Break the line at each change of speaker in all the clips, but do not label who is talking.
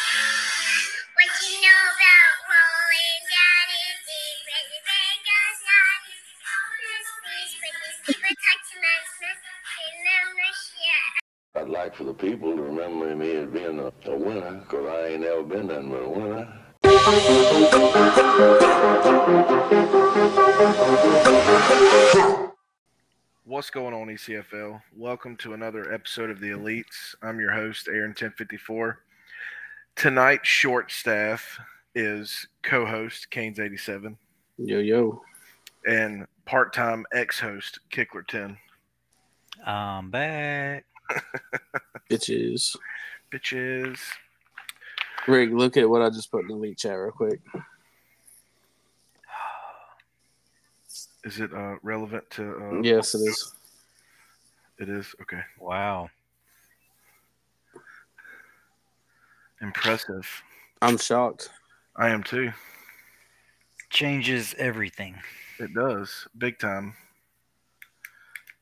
What you know about rolling down is deep as the band goes on. Please, please, people touch my smile. Remember, yeah.
I'd like for the people to remember me as being a, a winner, 'cause I ain't never been nothing but a winner.
What's going on, E ECFL? Welcome to another episode of The Elites. I'm your host, Aaron1054. Tonight's short staff is co host Canes87
Yo yo.
and part time ex host Kickler10.
I'm back.
Bitches.
Bitches.
Rick, look at what I just put in the leak chat real quick.
Is it uh, relevant to. Uh,
Yes, it is.
It is? Okay.
Wow.
Impressive.
I'm shocked.
I am too.
Changes everything.
It does. Big time.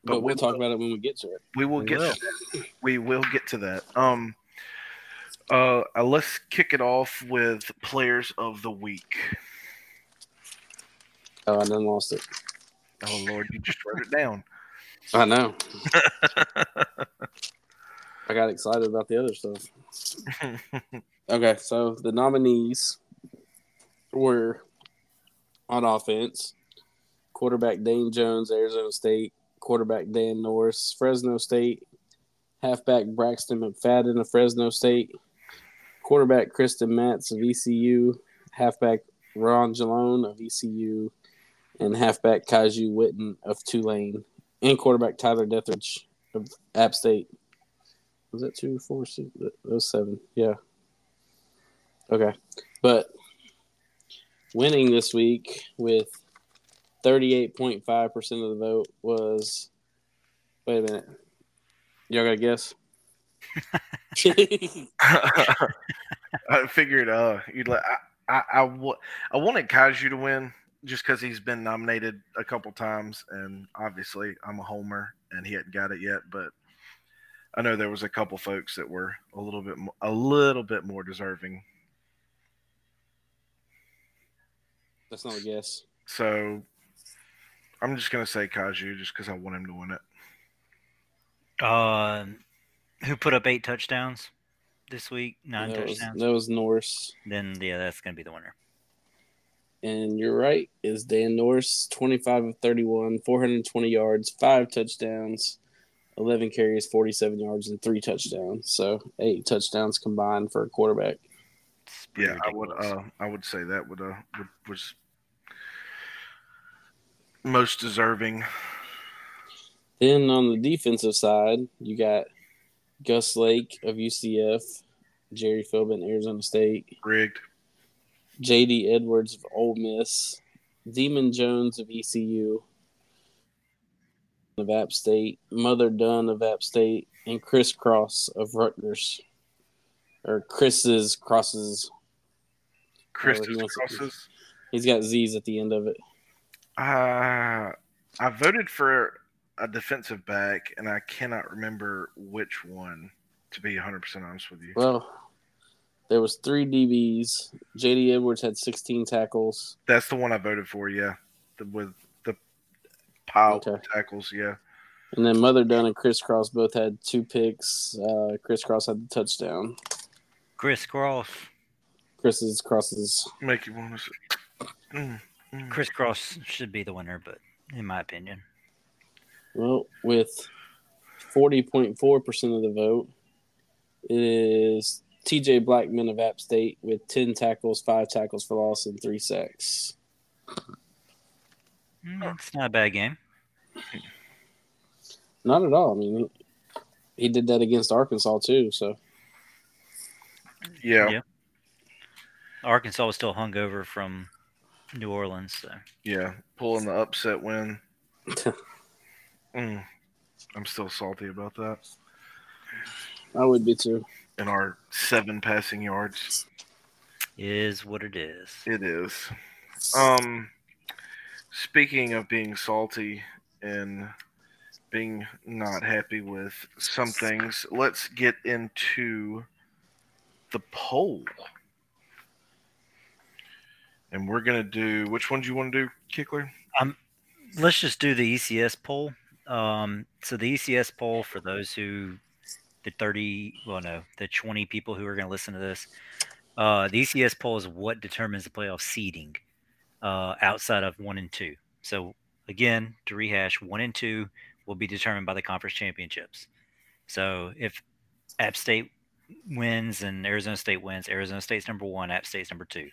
But, we'll talk about it when we get to it.
We will
We
get
will.
to that. we will get to that. Um uh uh, let's kick it off with players of the week.
Oh, I done lost it.
Oh lord, you just wrote it down.
I know. I got excited about the other stuff. Okay, so the nominees were on offense quarterback Dane Jones, Arizona State, quarterback Dan Norris, Fresno State, halfback Braxton McFadden of Fresno State, quarterback Kristen Matz of ECU, halfback Ron Jalone of ECU, and halfback Kaiju Witten of Tulane, and quarterback Tyler Dethridge of App State. Was that two, four, six? That was seven. Yeah. Okay. But winning this week with 38.5% of the vote was. Wait a minute. Y'all got to guess?
I figured uh you'd like I I, I, wa- I wanted Kaiju to win just because he's been nominated a couple times and obviously I'm a homer and he hadn't got it yet, but I know there was a couple folks that were a little bit mo- a little bit more deserving.
That's not a guess.
So I'm just gonna say Kaju just because I want him to win it.
Uh, who put up eight touchdowns this week? Nine
that, was,
touchdowns.
that was Norris.
Then yeah, that's gonna be the winner.
And you're right, is Dan Norris, 25 of 31, 420 yards, five touchdowns, 11 carries, 47 yards, and three touchdowns. So eight touchdowns combined for a quarterback.
It's pretty
Yeah, I would.
ridiculous.
Uh, I would say that would uh would, was most deserving.
Then on the defensive side, you got Gus Lake of UCF, Jerry Philbin, Arizona State,
Rigged.
J.D. Edwards of Ole Miss, Demon Jones of ECU, of App State, Mother Dunn of App State, and Chris Cross of Rutgers, or Chris's crosses.
Chris
he wants to-
crosses.
He's got Z's at the end of it.
Uh, I voted for a defensive back, and I cannot remember which one. To be 100 percent honest with you,
Well, there was three DBs. J.D. Edwards had 16 tackles.
that's the one I voted for. Yeah, the, with the pile of
Okay.
tackles. Yeah,
And then Mother Dunn and Chris Cross both had two picks. Uh, Chris Cross had the touchdown.
uh,
Chris Cross.
Chris's crosses.
make you want to. Say, Mm, mm.
Chris Cross should be the winner, but in my opinion,
Well, with 40.4% of the vote, it is TJ Blackman of App State with 10 tackles, five tackles for loss, and three sacks.
mm, it's not a bad game.
Not at all. I mean, he did that against Arkansas, too. So,
Yeah, yeah,
Yeah. Arkansas was still hungover from New Orleans, so
pulling the upset win. Mm, I'm still salty about that.
I would be too.
And our seven passing yards,
is what it is.
it is. Um, speaking of being salty and being not happy with some things, let's get into the poll. And we're gonna do which one do you want to do, Kickler?
let's just do the ECS poll. Um, so the ECS poll for those who the 30, well, no, the 20 people who are going to listen to this, uh, the ECS poll is what determines the playoff seeding uh, outside of one and two. So again, to rehash, one and two will be determined by the conference championships. So if App State wins and Arizona State wins, Arizona State's number one, App State's number two.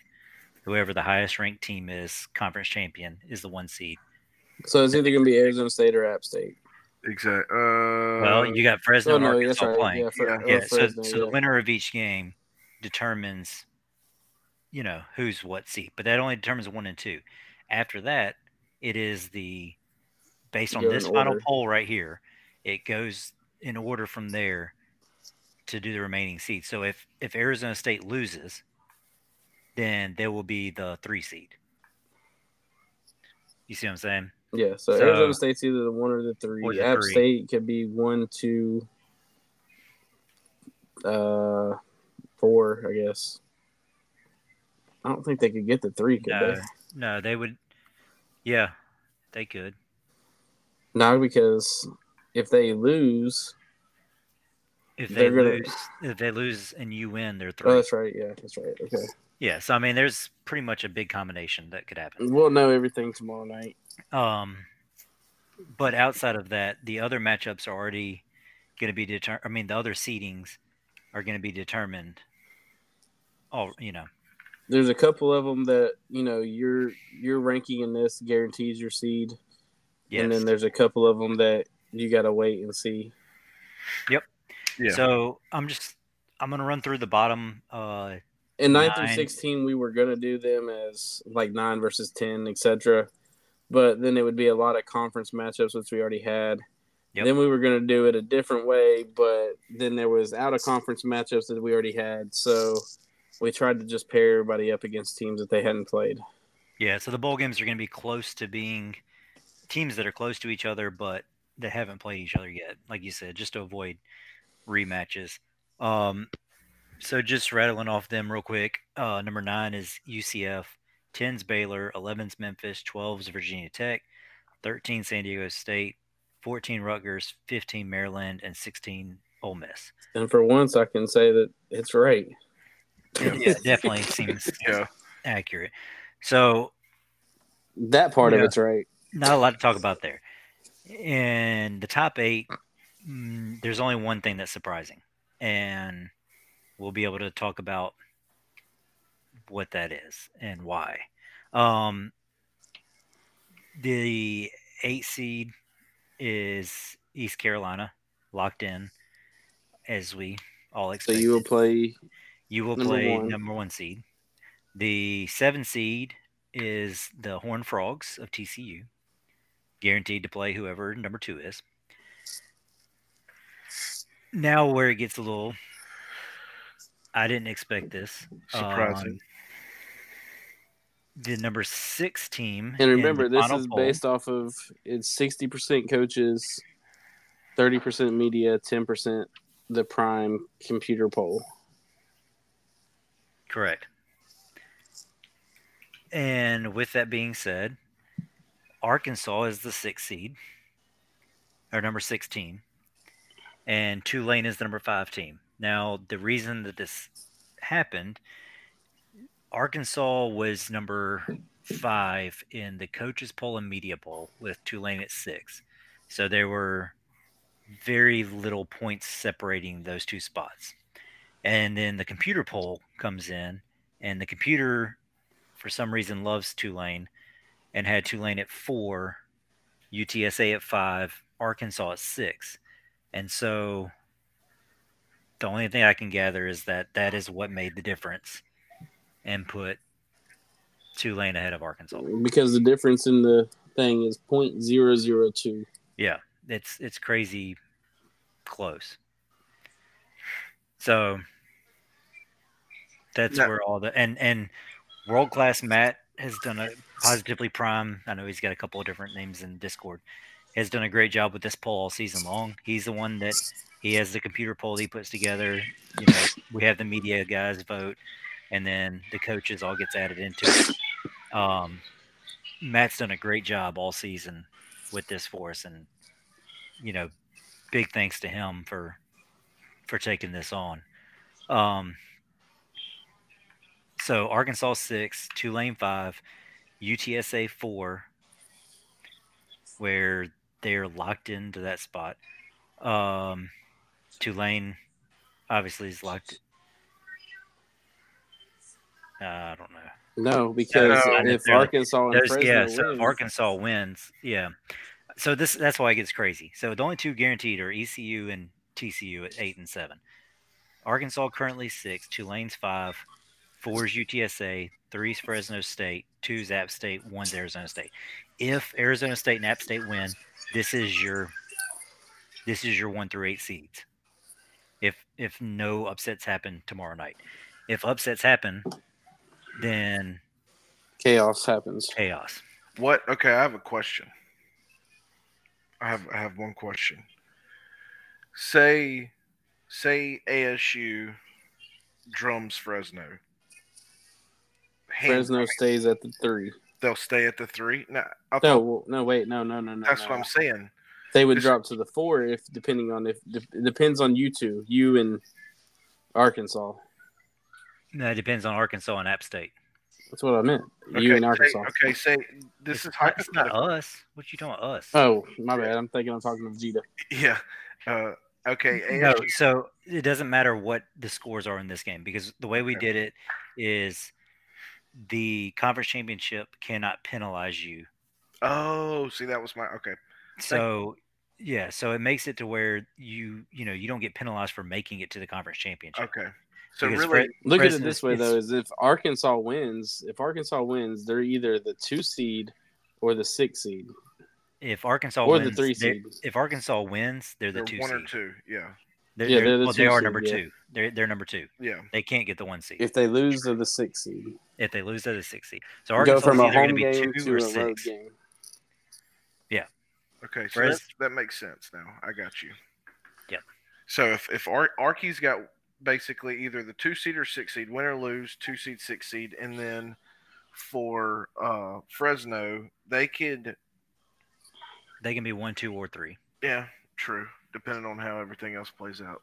Whoever the highest ranked team is, conference champion, is the one seed.
So it's either going to be Arizona State or App State.
Exactly. Uh,
Well, you got Fresno
oh
and
no, that's
Arkansas
right.
playing.
Yeah, Fre-
Yeah.
or
Yeah, so,
Fresno,
so the
yeah.
winner of each game determines, you know, who's what seed, but that only determines one and two. After that, it is the based on
Go in
this final
order.
poll right here, it goes in order from there to do the remaining seeds. So if if Arizona State loses, then they will be the three seed. You see what I'm saying?
Yeah, so,
So-
Arizona State's either the one or the three.
Or the
App
three.
State could be one, two, uh, four, I guess. I don't think they could get the three, could
No,
they?
no, they would. Yeah, they could.
No, because if they lose,
If they
They're gonna-
lose, if they lose and you win, they're three.
oh, that's right. Yeah, that's right. Okay.
Yeah, so I mean, there's pretty much a big combination that could happen.
We'll know everything tomorrow night.
Um, but outside of that, the other matchups are already going to be determined. I mean, the other seedings are going to be determined. Oh, you know,
There's a couple of them that you know your your ranking in this guarantees your seed,
yes.
and then there's a couple of them that you gotta wait and see.
yeah.
So I'm just I'm going to run through the bottom. Uh,
In nine, through
Nine.
sixteen, we were gonna do them as like nine versus ten, etc. But then it would be a lot of conference matchups, which we already had.
Yep.
Then we were gonna do it a different way, but then there was out of conference matchups that we already had, so we tried to just pair everybody up against teams that they hadn't played.
yeah, so the bowl games are going to be close to being teams that are close to each other, but that haven't played each other yet. Like you said, just to avoid rematches. Um, so just rattling off them real quick. Uh, number nine is UCF, 10's Baylor, 11's Memphis, 12's Virginia Tech, 13 San Diego State, 14 Rutgers, 15 Maryland, and 16 Ole Miss.
And for once, I can say that it's right.
Yeah, definitely seems
Yeah.
accurate. So
That part of
Yeah.
it's right.
not a lot to talk about there. And the top eight, mm, there's only one thing that's surprising, and we'll be able to talk about what that is and why. Um, the eight seed is East Carolina, locked in, as we all
So
expect.
you will play.
You will
Number
play
one.
number one seed. The seven seed is the Horned Frogs of TCU, guaranteed to play whoever number two is. Now, where it gets a little, I didn't expect this.
Surprising.
Um, the number six team, in
And
the
remember, this
final
is
poll-
based off of it's sixty percent coaches, thirty percent media, ten percent the prime computer poll.
Correct. And with that being said, Arkansas is the sixth seed, or number six team, and Tulane is the number five team. Now, the reason that this happened, Arkansas was number five in the coaches poll and media poll, with Tulane at six. So there were very little points separating those two spots and then the computer poll comes in and the computer for some reason loves tulane and had tulane at four utsa at five arkansas at six and so the only thing i can gather is that that is what made the difference and put tulane ahead of arkansas
Because the difference in the thing is point zero zero two.
Yeah, it's it's crazy close. So that's
Yeah.
where all the and and world class Matt has done a positively prime. I know he's got a couple of different names in Discord. has done a great job with this poll all season long. He's the one that he has the computer poll he puts together. You know, we have the media guys vote, and then the coaches all gets added into it. Um, Matt's done a great job all season with this for us, and you know, big thanks to him for for taking this on. Um, so Arkansas six, Tulane five, UTSA four, where they're locked into that spot. Um, Tulane obviously is locked. Uh, I don't know.
No, because
No,
no,
if
they're-
Arkansas and
Those-
Fresno
yeah, so if
wins-
Arkansas wins, yeah. So this that's why it gets crazy. So the only two guaranteed are ECU and TCU at eight and seven. Arkansas currently six, Tulane's five, four's UTSA, three's Fresno State, two's App State, one's Arizona State. If Arizona State and App State win, this is your this is your one through eight seeds. If if no upsets happen tomorrow night. If upsets happen, then
chaos happens.
chaos.
What? Okay, I have a question. I have I have one question. Say, say ASU drums Fresno. Hand-
Fresno stays at the three.
They'll stay at the three. No, I
No,
thought-
well, no, wait, no, no, no, no.
that's
no.
what I'm saying.
They would
This-
drop to the four if depending on if it depends on you two, you and Arkansas.
No, it depends on Arkansas and App State.
That's what I meant.
Okay,
you and
say-
Arkansas.
okay, say this
It's
is
not- it's not
hypothetical.
us. What you doing us?
Oh, my bad. I'm thinking I'm talking to Vegeta.
Yeah. Uh, okay.
no,
ASU,
so it doesn't matter what the scores are in this game because the way we
Okay.
did it is the conference championship cannot penalize you.
Oh, see, that was my okay.
So yeah, so it makes it to where you you know you don't get penalized for making it to the conference championship.
Okay. So
Because
really,
Look at it
Fresno
this way
State's-
though: is if Arkansas wins, if Arkansas wins, they're either the two seed or the six seed
If Arkansas
or
Oh, wins,
the three
they-
seed.
if Arkansas wins, they're the
they're
two
one or
seed.
two. Yeah.
They're,
Yeah,
they're-
they're the
well,
two
they are
seed,
number
yeah.
two. They're they're number two.
Yeah.
They can't get the one seed.
If they lose, they're the six seed.
If they lose, they're the six seed. So
Go
Arkansas
from a
is either going to
home
be
game
two
to
or
a
six.
road game.
Okay. So
Whereas-
that, that makes sense now. I got you.
Yep.
So if if Ar- Arky's got basically either the two seed or six seed, win or lose, two seed, six seed, and then for uh Fresno, they could.
They can be one, two, or three.
Yeah. True. Depending on how everything else plays out.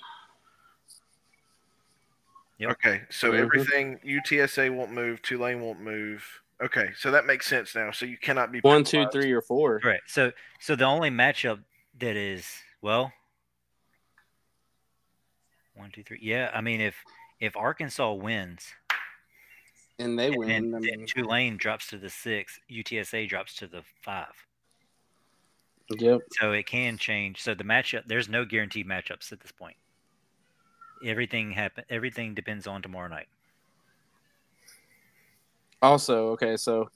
Yep.
Okay, so
Mhm.
everything UTSA won't move, Tulane won't move. Okay, so that makes sense now. So you cannot be
One, two,
penalized.
three, or four.
Right. So so the only matchup that is well one, two, three. Yeah, I mean if if Arkansas wins
and they
and
win.
then,
I
then
mean,
Tulane drops to the six, UTSA drops to the five.
yep.
So it can change. So the matchup there's no guaranteed matchups at this point. Everything happen everything depends on tomorrow night.
Also, okay, so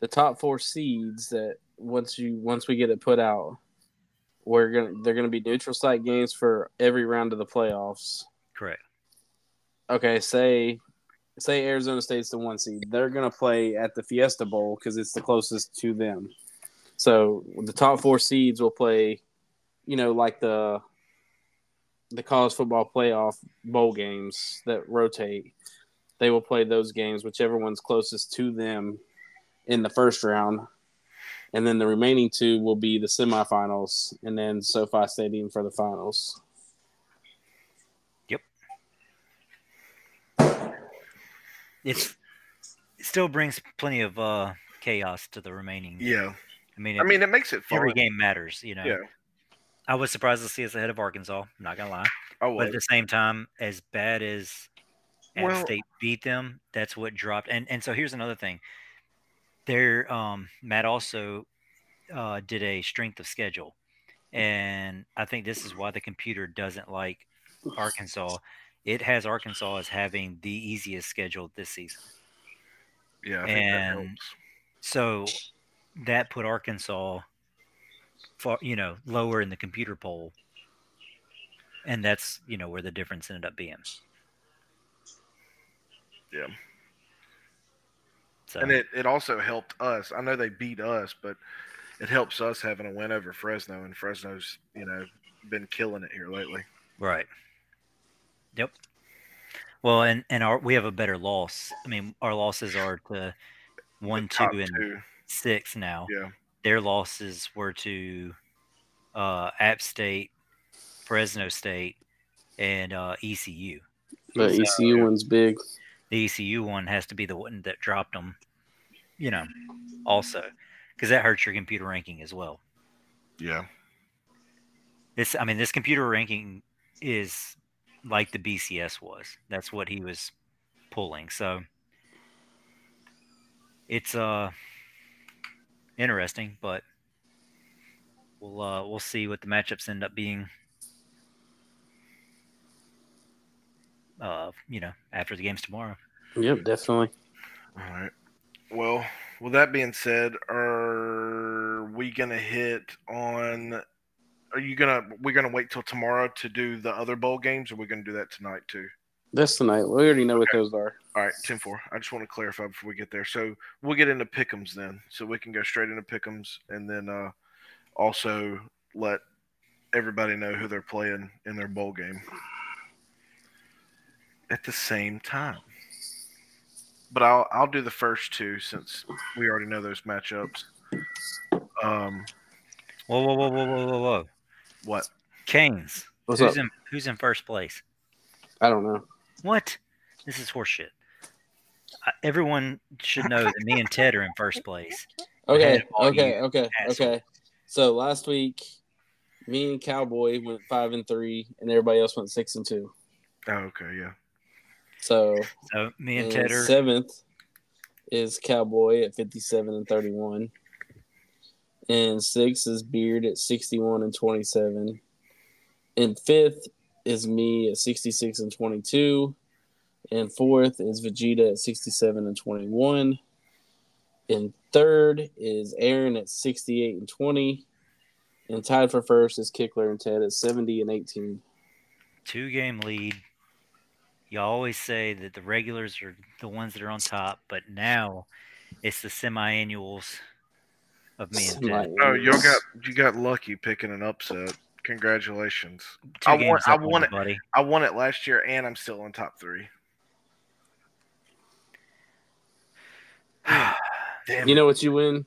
the top four seeds that once you once we get it put out, we're gonna they're gonna be neutral site games for every round of the playoffs.
Correct.
Okay, say say Arizona State's the one seed. They're gonna play at the Fiesta Bowl because it's the closest to them. So the top four seeds will play, you know, like the the college football playoff bowl games that rotate. They will play those games, whichever one's closest to them in the first round. And then the remaining two will be the semifinals and then SoFi Stadium for the finals.
It's it still brings plenty of uh chaos to the remaining
Yeah,
I mean
I
it-
mean it makes it fun.
every game matters, you know.
Yeah,
I was surprised to see us ahead of Arkansas. I'm not gonna lie,
I
but
was.
at the same time, as bad as App
Well-
State beat them, that's what dropped. And and so here's another thing. There, um, Matt also uh, did a strength of schedule, and I think this is why the computer doesn't like Arkansas. It has Arkansas as having the easiest schedule this season.
yeah, I think that
and-
helps.
So that put Arkansas far, you know, lower in the computer poll. And that's, you know, where the difference ended up being.
Yeah.
So
and it, it also helped us. I know they beat us, but it helps us having a win over Fresno, and Fresno's you know been killing it here lately.
Right. Yep. Well, and and our we have a better loss. I mean, our losses are to one, two,
Top
and
two.
six now.
Yeah.
Their losses were to uh, App State, Fresno State, and uh, ECU.
The
So-
ECU one's big.
The ECU one has to be the one that dropped them. You know, also because that hurts your computer ranking as well.
Yeah.
This, I mean, this computer ranking is like the BCS was. That's what he was pulling. So it's uh interesting, but we'll uh we'll see what the matchups end up being. Uh, you know, after the games tomorrow.
Yep, definitely.
All right. Well, with that being said, are we gonna hit on? Are you gonna? We're gonna wait till tomorrow to do the other bowl games, or we're gonna do that tonight too?
That's tonight. We already know what
Okay.
those are.
All right, 10 4. I just want to clarify before we get there. So we'll get into pickums then. So we can go straight into pickums and then uh, also let everybody know who they're playing in their bowl game at the same time. But I'll, I'll do the first two since we already know those matchups. Um,
Whoa, whoa, whoa, whoa, whoa, whoa, whoa.
what?
Canes.
What's
who's
up?
in who's in first place?
I don't know.
What? This is horseshit. I, everyone should know that me and Ted are in first place.
Okay,
Ahead of all
okay,
you
okay,
asshole.
okay. So last week, me and Cowboy went five and three, and everybody else went six and two.
Oh, okay. Yeah.
So
So me and
and
Ted are
seventh is Cowboy at fifty-seven and thirty-one, and sixth is Beard at sixty-one and twenty-seven, and fifth is me at sixty-six and twenty-two, and fourth is Vegeta at sixty-seven and twenty-one, and third is Aaron at sixty-eight and twenty, and tied for first is Kickler and Ted at seventy and eighteen.
two game lead. You always say that the regulars are the ones that are on top, but now it's the semi-annuals of me and Ted.
Somebody
Oh, y'all
else.
got you got lucky picking an upset. Congratulations.
Two
I want-
games
I
up on
want
you,
it.
buddy.
I won it last year, and I'm still in top three. Damn
You
it.
know what you win?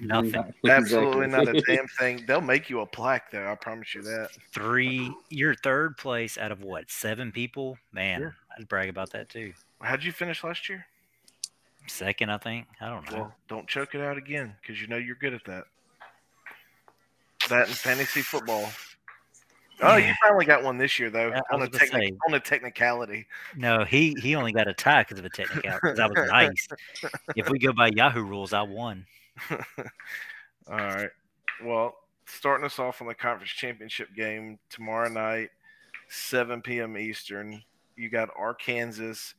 Nothing.
Absolutely not a
Exactly.
damn thing. They'll make you a plaque, though. I promise you that.
Three. You're third place out of what? Seven people. Man,
Sure.
I'd brag about that too.
How'd you finish last year?
Second, I think. I don't know.
Well, don't choke it out again because you know you're good at that. That and fantasy football. Oh, you
Yeah.
finally got one this year, though,
Yeah, I
on, a
was gonna
technic-
say.
on a technicality.
No, he he only got a tie because of a technical. Because I was nice. If we go by Yahoo rules, I won.
All right. Well, starting us off on the conference championship game tomorrow night, 7 p.m. Eastern. You got Arkansas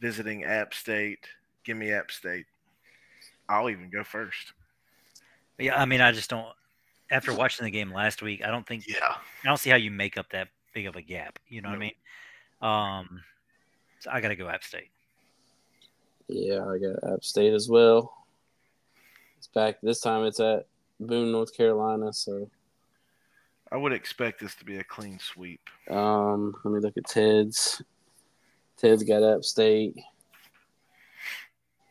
visiting App State. Give me App State. I'll even go first.
Yeah, I mean, I just don't. After watching the game last week, I don't think
Yeah.
I don't see how you make up that big of a gap. You know what
No.
I mean? Um, so I gotta go App State.
Yeah, I got App State as well. It's back this time. It's at Boone, North Carolina. So,
I would expect this to be a clean sweep.
um, let me look at Ted's. Ted's got App State.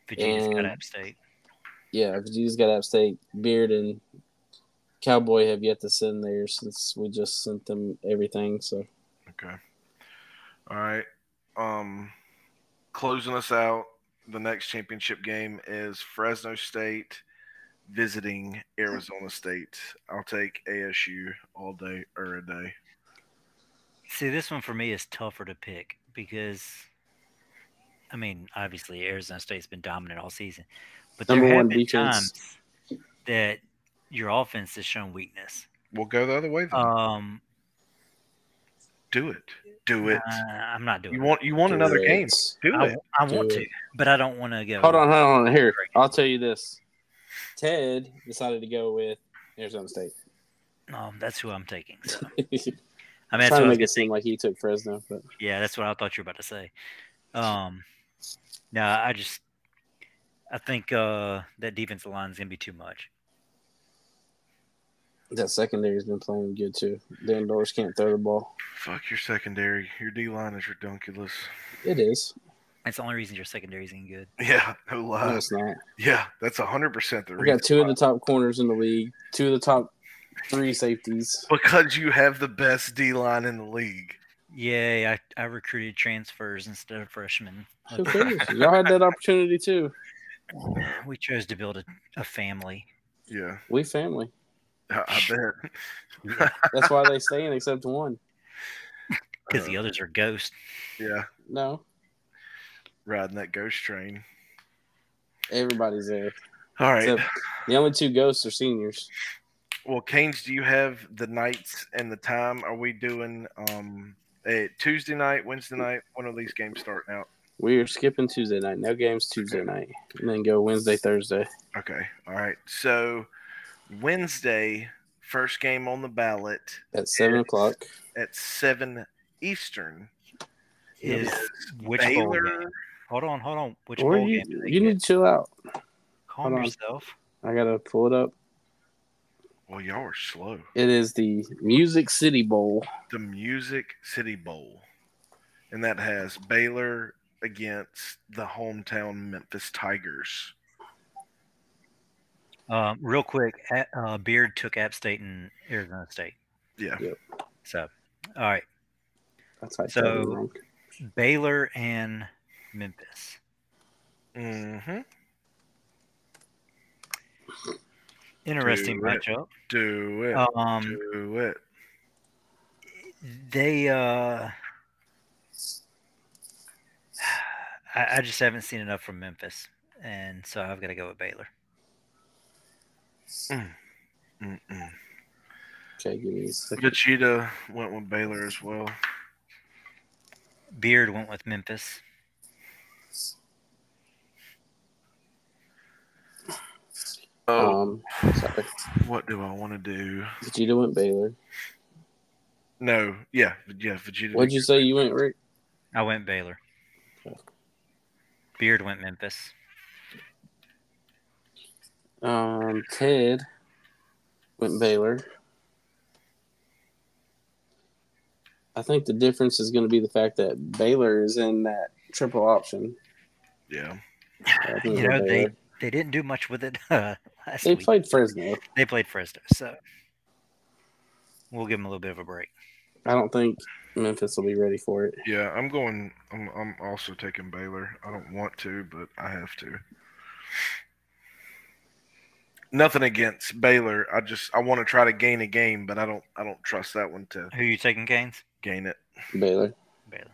Virginia's got
And-
App State.
Yeah, Vegeta's got App State. Beard and Cowboy have yet to send theirs since we just sent them everything. So,
Okay. All right. Um, closing us out, the next championship game is Fresno State visiting Arizona State. I'll take ASU all day or a day.
See, this one for me is tougher to pick because, I mean, obviously Arizona State's been dominant all season, but there
Number
have
one
been
defense.
times that your offense has shown weakness.
We'll go the other way. Then.
Uh,
Um,
do it. Do it.
Uh, I'm not doing
you
it.
want you want
Do
another
it.
game. Do
I,
it.
I want
Do
to,
it.
but I don't want to go.
hold on, hold on. Here, I'll tell you this. Ted decided to go with Arizona State.
Um, that's who I'm taking. So.
Trying
I mean, that's what
to
I
make
was gonna
it
say.
seem like he took Fresno, but
Yeah, that's what I thought you were about to say. Um, no, I just, I think uh, that defensive line is gonna be too much.
That secondary's been playing good too. Dan Norris can't throw the ball.
Fuck your secondary. Your D line is redonkulous.
It is.
That's the only reason your secondary's getting good.
Yeah, no lie.
Uh,
No, it's not.
Yeah, that's hundred percent the
We
reason.
got two of the top corners in the league. Two of the top three safeties.
why. because you have the best D line in the league.
Yay, I, I recruited transfers instead of freshmen.
Who cares? Y'all had that opportunity too.
We chose to build a, a family.
Yeah,
We family.
I, I bet.
That's why they stay in except one.
Because the others are ghosts.
Yeah,
No,
riding that ghost train.
everybody's there.
All right.
Except the only two ghosts are seniors.
Well, Canes, do you have the nights and the time? Are we doing um a Tuesday night, Wednesday night? When are these games starting out?
We are skipping Tuesday night. No games Tuesday night, and then go Wednesday, Thursday.
Okay. All right. So Wednesday, first game on the ballot
At seven
Yes.
o'clock,
at seven Eastern
Is which bowl
Baylor.
game? Hold on, hold on. Which
or
bowl
you,
game? do they
you
get?
need to chill out. hold
Calm
on.
yourself.
I gotta pull it up.
Well, y'all are slow.
It is the Music City Bowl.
The Music City Bowl, and that has Baylor against the hometown Memphis Tigers.
Um, real quick, A- uh, Beard took App State and Arizona State.
Yeah.
So, all right,
That's how
So- Baylor and Memphis.
Mm-hmm.
Interesting
Do it.
matchup.
Do it.
Um,
Do it.
they uh I, I just haven't seen enough from Memphis. And so I've got to go with Baylor.
Mm-mm.
Okay, give me a second.
The cheetah went with Baylor as well.
Beard went with Memphis.
Oh,
Um, sorry.
what do I want to do?
Vegeta went Baylor.
No, yeah, yeah, Vegeta.
What'd you say? You went Rick?
I went Baylor. Beard went Memphis.
Um, Ted went Baylor. I think the difference is going to be the fact that Baylor is in that triple option.
Yeah,
I think
You
they're
know, they
Baylor.
they didn't do much with it uh, last
they
week.
played Fresno.
They played Fresno, so we'll give them a little bit of a break.
I don't think Memphis will be ready for it.
yeah. I'm going. I'm, I'm also taking Baylor. I don't want to, but I have to. Nothing against Baylor. I just I want to try to gain a game, but I don't. I don't trust that one to
Who you taking, Gaines?
gain it.
Baylor.
Baylor.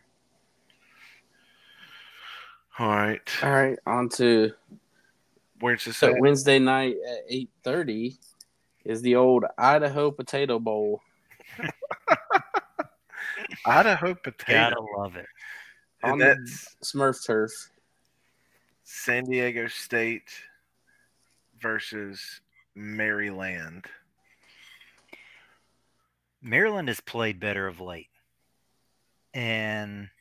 All right.
All right, on to
Where's this
Uh, so
at?
Wednesday night at eight thirty is the old Idaho Potato Bowl.
Idaho potato.
Gotta love it.
And
on the-
that's
Smurf turf.
San Diego State versus Maryland.
Maryland has played better of late, and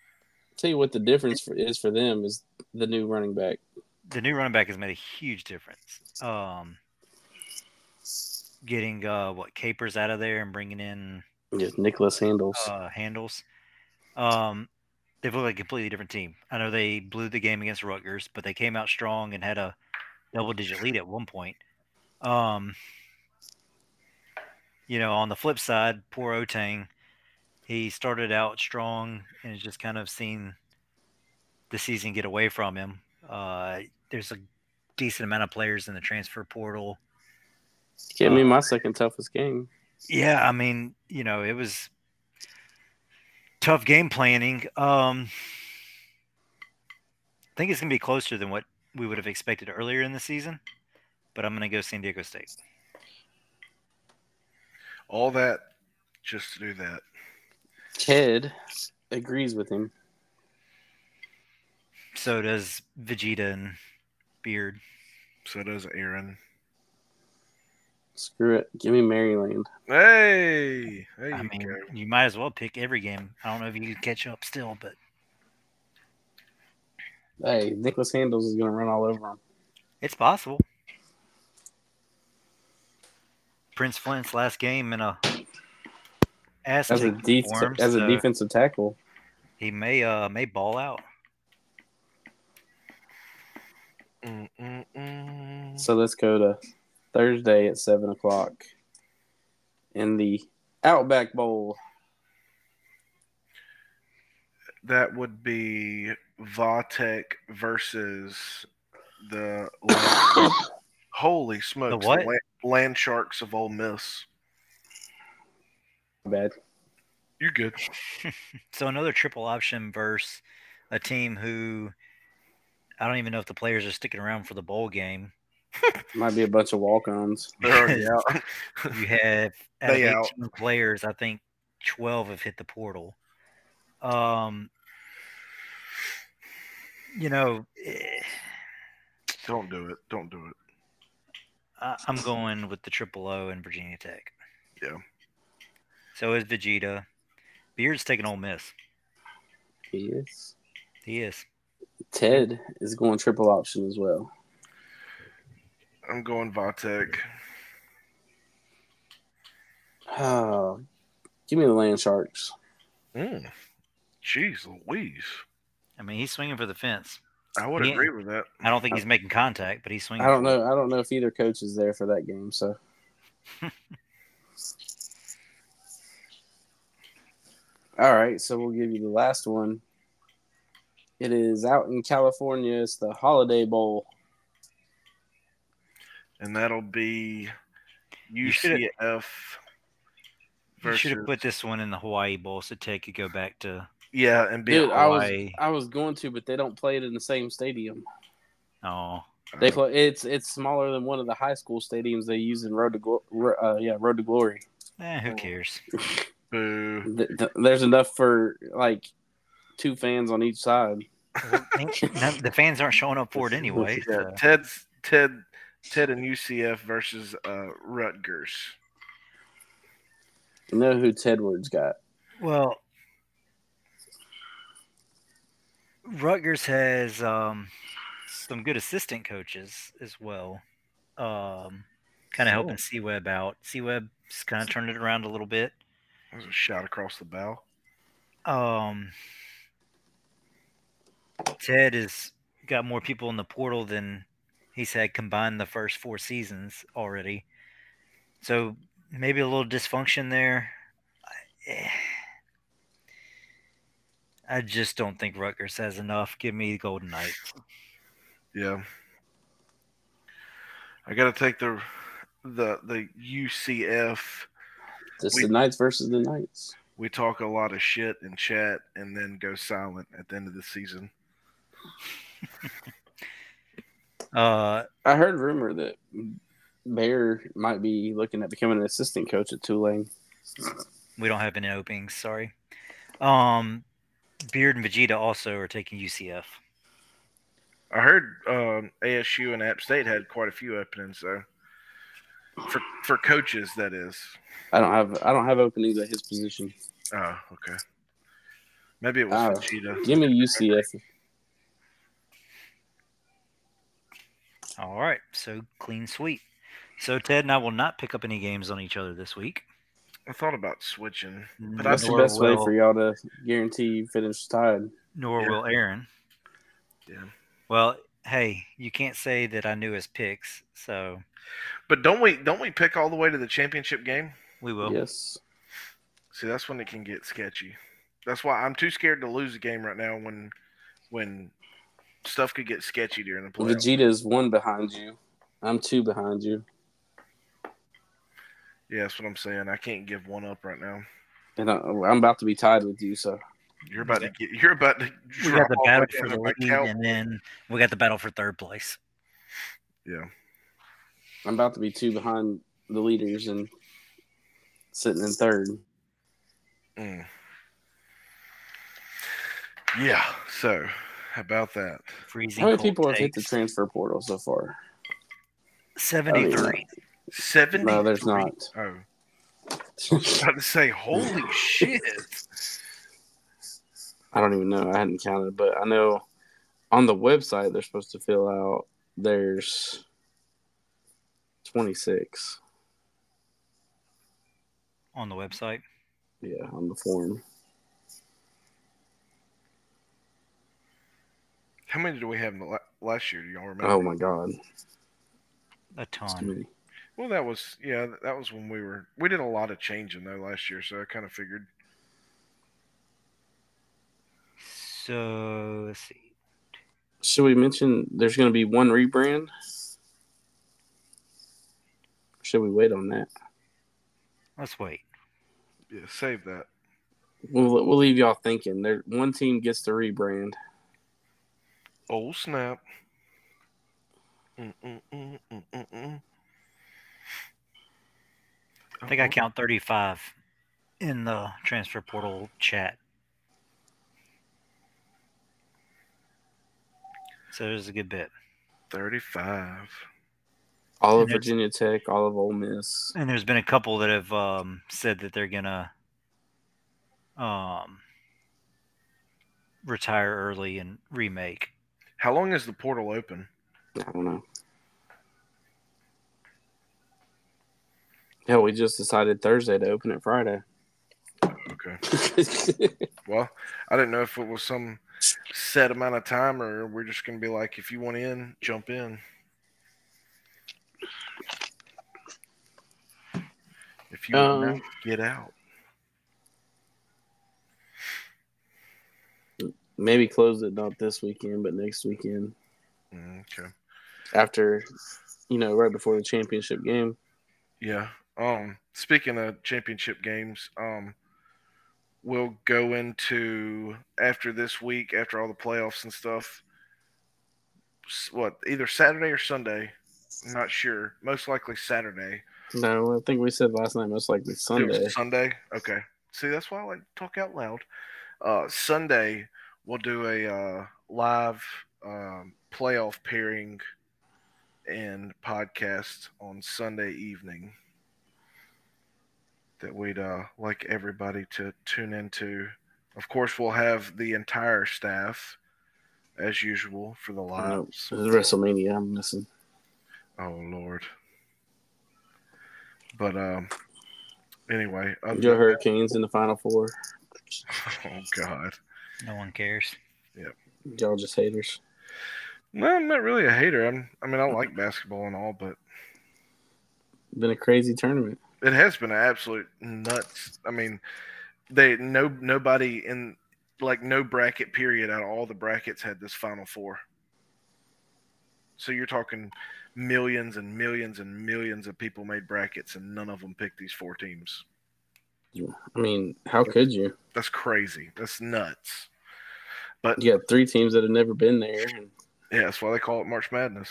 Tell you what the difference for, is for them is the new running back.
the new running back has made a huge difference. Um, getting uh, what capers out of there and bringing in
Yes, Nicholas Handles.
uh, handles. Um, they've looked like a completely different team. I know they blew the game against Rutgers, but they came out strong and had a double-digit lead at one point. Um, you know, on the flip side, poor Otang, he started out strong and has just kind of seen the season get away from him. Uh, there's a decent amount of players in the transfer portal.
Gave me my second toughest game.
Yeah, I mean, you know, it was tough game planning. Um, I think it's going to be closer than what we would have expected earlier in the season, but I'm going to go San Diego State.
All that just to do that.
Ted agrees with him.
So does Vegeta and Beard.
So does Aaron.
Screw it. Give me Maryland.
Hey, there you
I mean,
go.
you might as well pick every game. I don't know if you can catch up still, but
Hey, Nicholas Handles is going to run all over him.
it's possible. Prince Flint's last game in a ass
as a
kicking
de-
form,
as a
so
defensive tackle.
He may uh may ball out.
Mm, mm, mm.
So let's go to Thursday at seven o'clock in the Outback Bowl.
That would be Vatek versus the land- holy smokes,
what?
la- land sharks of Ole Miss.
My Bad.
You're good.
So another triple option versus a team who I don't even know if the players are sticking around for the bowl game.
Might be a bunch of walk-ons.
They're already out.
You have out of
They out.
18 players, I think 12 have hit the portal. Um, you know, eh,
Don't do it. Don't do it.
I, I'm going with the triple O and Virginia Tech.
Yeah.
So is Vegeta. Beard's taking Ole Miss.
He is.
He is.
Ted is going triple option as well.
I'm going Vatek.
Oh, give me the Land Sharks.
Mm. Jeez Louise.
I mean, he's swinging for the fence.
I would
Yeah.
agree with that.
I don't think he's making contact, but he's swinging.
I don't
for it.
know. I don't know if either coach is there for that game. So All right, so we'll give you the last one. It is out in California. It's the Holiday Bowl.
And that'll be
shoulda-
UCF
You should
versus.
have put this one in the Hawaii Bowl so Tech could go back to
Yeah, and be
Dude, I was
Hawaii.
I was going to, but they don't play it in the same stadium.
oh
They play it's it's smaller than one of the high school stadiums they use in Road to Glo- Ro- uh, yeah Road to Glory.
eh,
oh.
who cares?
Boo.
Th- th- there's enough for like two fans on each side.
None- the fans aren't showing up for it anyway.
Yeah,
so.
Ted's Ted Ted and UCF versus uh, Rutgers.
You know who Tedward's got?
Well, Rutgers has um, some good assistant coaches as well. Um, kind of helping C Web out. C Web's kind of turned it around a little bit.
That was a shot across the bow.
Um, Ted has got more people in the portal than he's had combined the first four seasons already. So maybe a little dysfunction there. I, eh. I just don't think Rutgers has enough. Give me the Golden Knights.
Yeah. I gotta take the the the UCF.
Just
We-
the Knights versus the Knights.
We talk a lot of shit in chat and then go silent at the end of the season.
Uh,
I heard rumor that Bear might be looking at becoming an assistant coach at Tulane.
we don't have any openings. Sorry. Um, Beard and Vegeta also are taking UCF.
I heard um, ASU and App State had quite a few openings though. For for coaches, that is.
I don't have I don't have openings at his position.
Oh, okay. Maybe it was
Oh.
Vegeta.
Give me UCF.
All right, so clean sweep. So Ted and I will not pick up any games on each other this week.
I thought about switching. But I
That's the
Mm, Nor
best way
will-
for y'all to guarantee you finish tied.
Nor
Yeah.
will Aaron.
Yeah.
Well, hey, you can't say that I knew his picks, so
But don't we don't we pick all the way to the championship game?
we will.
Yes.
See, that's when it can get sketchy. That's why I'm too scared to lose a game right now when when stuff could get sketchy during the playoffs.
Vegeta is one behind you. I'm two behind you.
yeah, that's what I'm saying. I can't give one up right now.
And I, I'm about to be tied with you, so
You're about to get. You're about to.
We
drop
got the
all way
battle for
down
the
to my
lead,
cow-
and then we got the battle for third place.
Yeah,
I'm about to be two behind the leaders and sitting in third.
Mm. yeah. So, how about that?
Freezing.
How many
cold
people have hit the
takes.
transfer portal so far? Oh,
Seventy-three.
Seventy.
No, there's not.
Oh, I was about to say, holy shit!
I don't even know. I hadn't counted, but I know on the website they're supposed to fill out. There's 26.
on the website.
Yeah, on the form.
How many did we have in the la- last year? Do y'all remember?
Oh my god,
A
it's
ton.
too many.
Well, that was yeah, th- that was when we were we did a lot of changing though last year, so I kind of figured.
So let's see.
Should we mention there's going to be one rebrand? Should we wait on that?
Let's wait.
Yeah, save that.
We'll, we'll leave y'all thinking. There, one team gets the rebrand.
Oh snap! Mm, Mm-mm-mm-mm-mm-mm.
I think I count 35 in the transfer portal chat. So there's a good bit.
thirty-five.
All of
And it's-
Virginia Tech, all of Ole Miss.
And there's been a couple that have um, said that they're gonna um, retire early and remake.
How long is the portal open?
I don't know. Hell, we just decided Thursday to open it Friday.
Okay. Well, I didn't know if it was some set amount of time or we're just gonna be like, if you want in, jump in. If you want
Um,
out, get out.
Maybe close it not this weekend, but next weekend
Mm, Okay.
after, you know, right before the championship game.
Yeah. Um speaking of championship games, um we'll go into after this week, after all the playoffs and stuff. s- What, either Saturday or Sunday? I'm not sure. Most likely Saturday.
No, I think we said last night most likely
It was
Sunday.
Sunday. Okay. See, that's why I like to talk out loud. Uh, Sunday, we'll do a uh, live um, playoff pairing and podcast on Sunday evening that we'd uh, like everybody to tune into. Of course, we'll have the entire staff as usual for the
Uh,
lives.
it was WrestleMania. I'm missing.
Oh Lord. But um anyway, other
Your
than-
Hurricanes in the Final Four.
Oh God.
No one cares.
Y'all just haters.
No, I'm not really a hater. I'm I mean I like basketball and all, but
Been a crazy tournament.
it has been an absolute nuts. I mean, they no nobody in like no bracket period out of all the brackets had this final four. So you're talking millions and millions and millions of people made brackets and none of them picked these four teams.
I mean, how could you?
That's crazy. That's nuts. But
You got three teams that have never been there. And
Yeah, that's why they call it March Madness.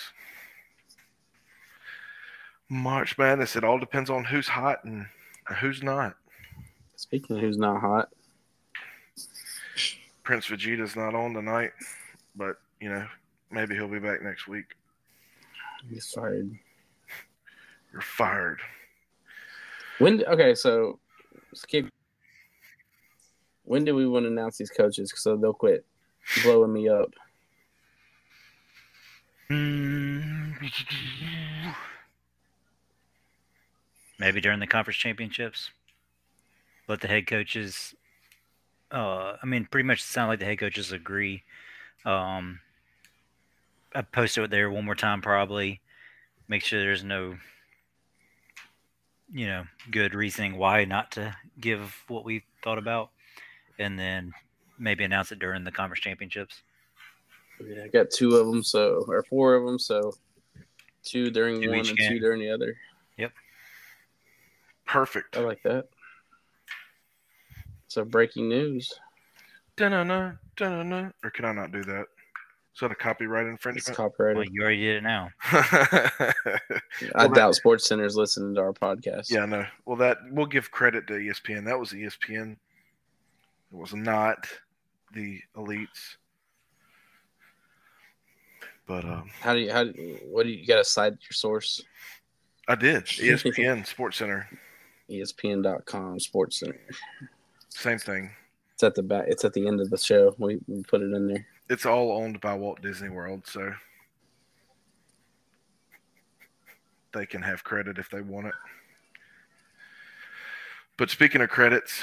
March Madness. It all depends on who's hot and who's not.
speaking of who's not hot,
Prince Vegeta's not on tonight, but you know maybe he'll be back next week.
he's fired.
You're fired.
When okay, so skip. When do we want to announce these coaches so they'll quit blowing me up?
Maybe during the conference championships. Let the head coaches uh I mean pretty much sound like the head coaches agree. Um I posted it there one more time probably. Make sure there's no you know, good reasoning why not to give what we thought about and then maybe announce it during the conference championships.
Yeah, I got two of them, so or four of them, so two during
Two
one
each
and two
game.
during the other.
Perfect.
I like that. So breaking news,
Dun-dun-dun, dun-dun-dun. Or can I not do that? Is that a copyright
it's
infringement?
Well,
copyrighted.
you already did it now.
I
Well,
doubt Sports Center's listening to our podcast.
yeah, no. Well, that we'll give credit to E ESPN. That was ESPN. It was not the elites. But um,
How do you? How? Do, what do you, you got to cite your source?
I did. E ESPN, Sports Center,
E ESPN.com, Sports Center.
same thing.
It's at the back. It's at the end of the show. We, we put it in there.
It's all owned by Walt Disney World, so they can have credit if they want it. But speaking of credits,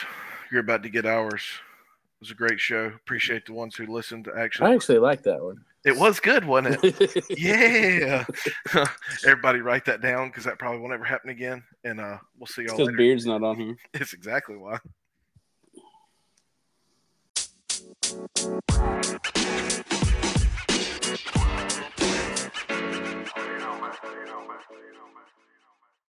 you're about to get ours. It was a great show. Appreciate the ones who listened. Actually,
I actually like that one.
it was good, wasn't it? yeah. Everybody write that down because that probably won't ever happen again. And uh, we'll see y'all
Because
later.
beard's not on here.
It's exactly why.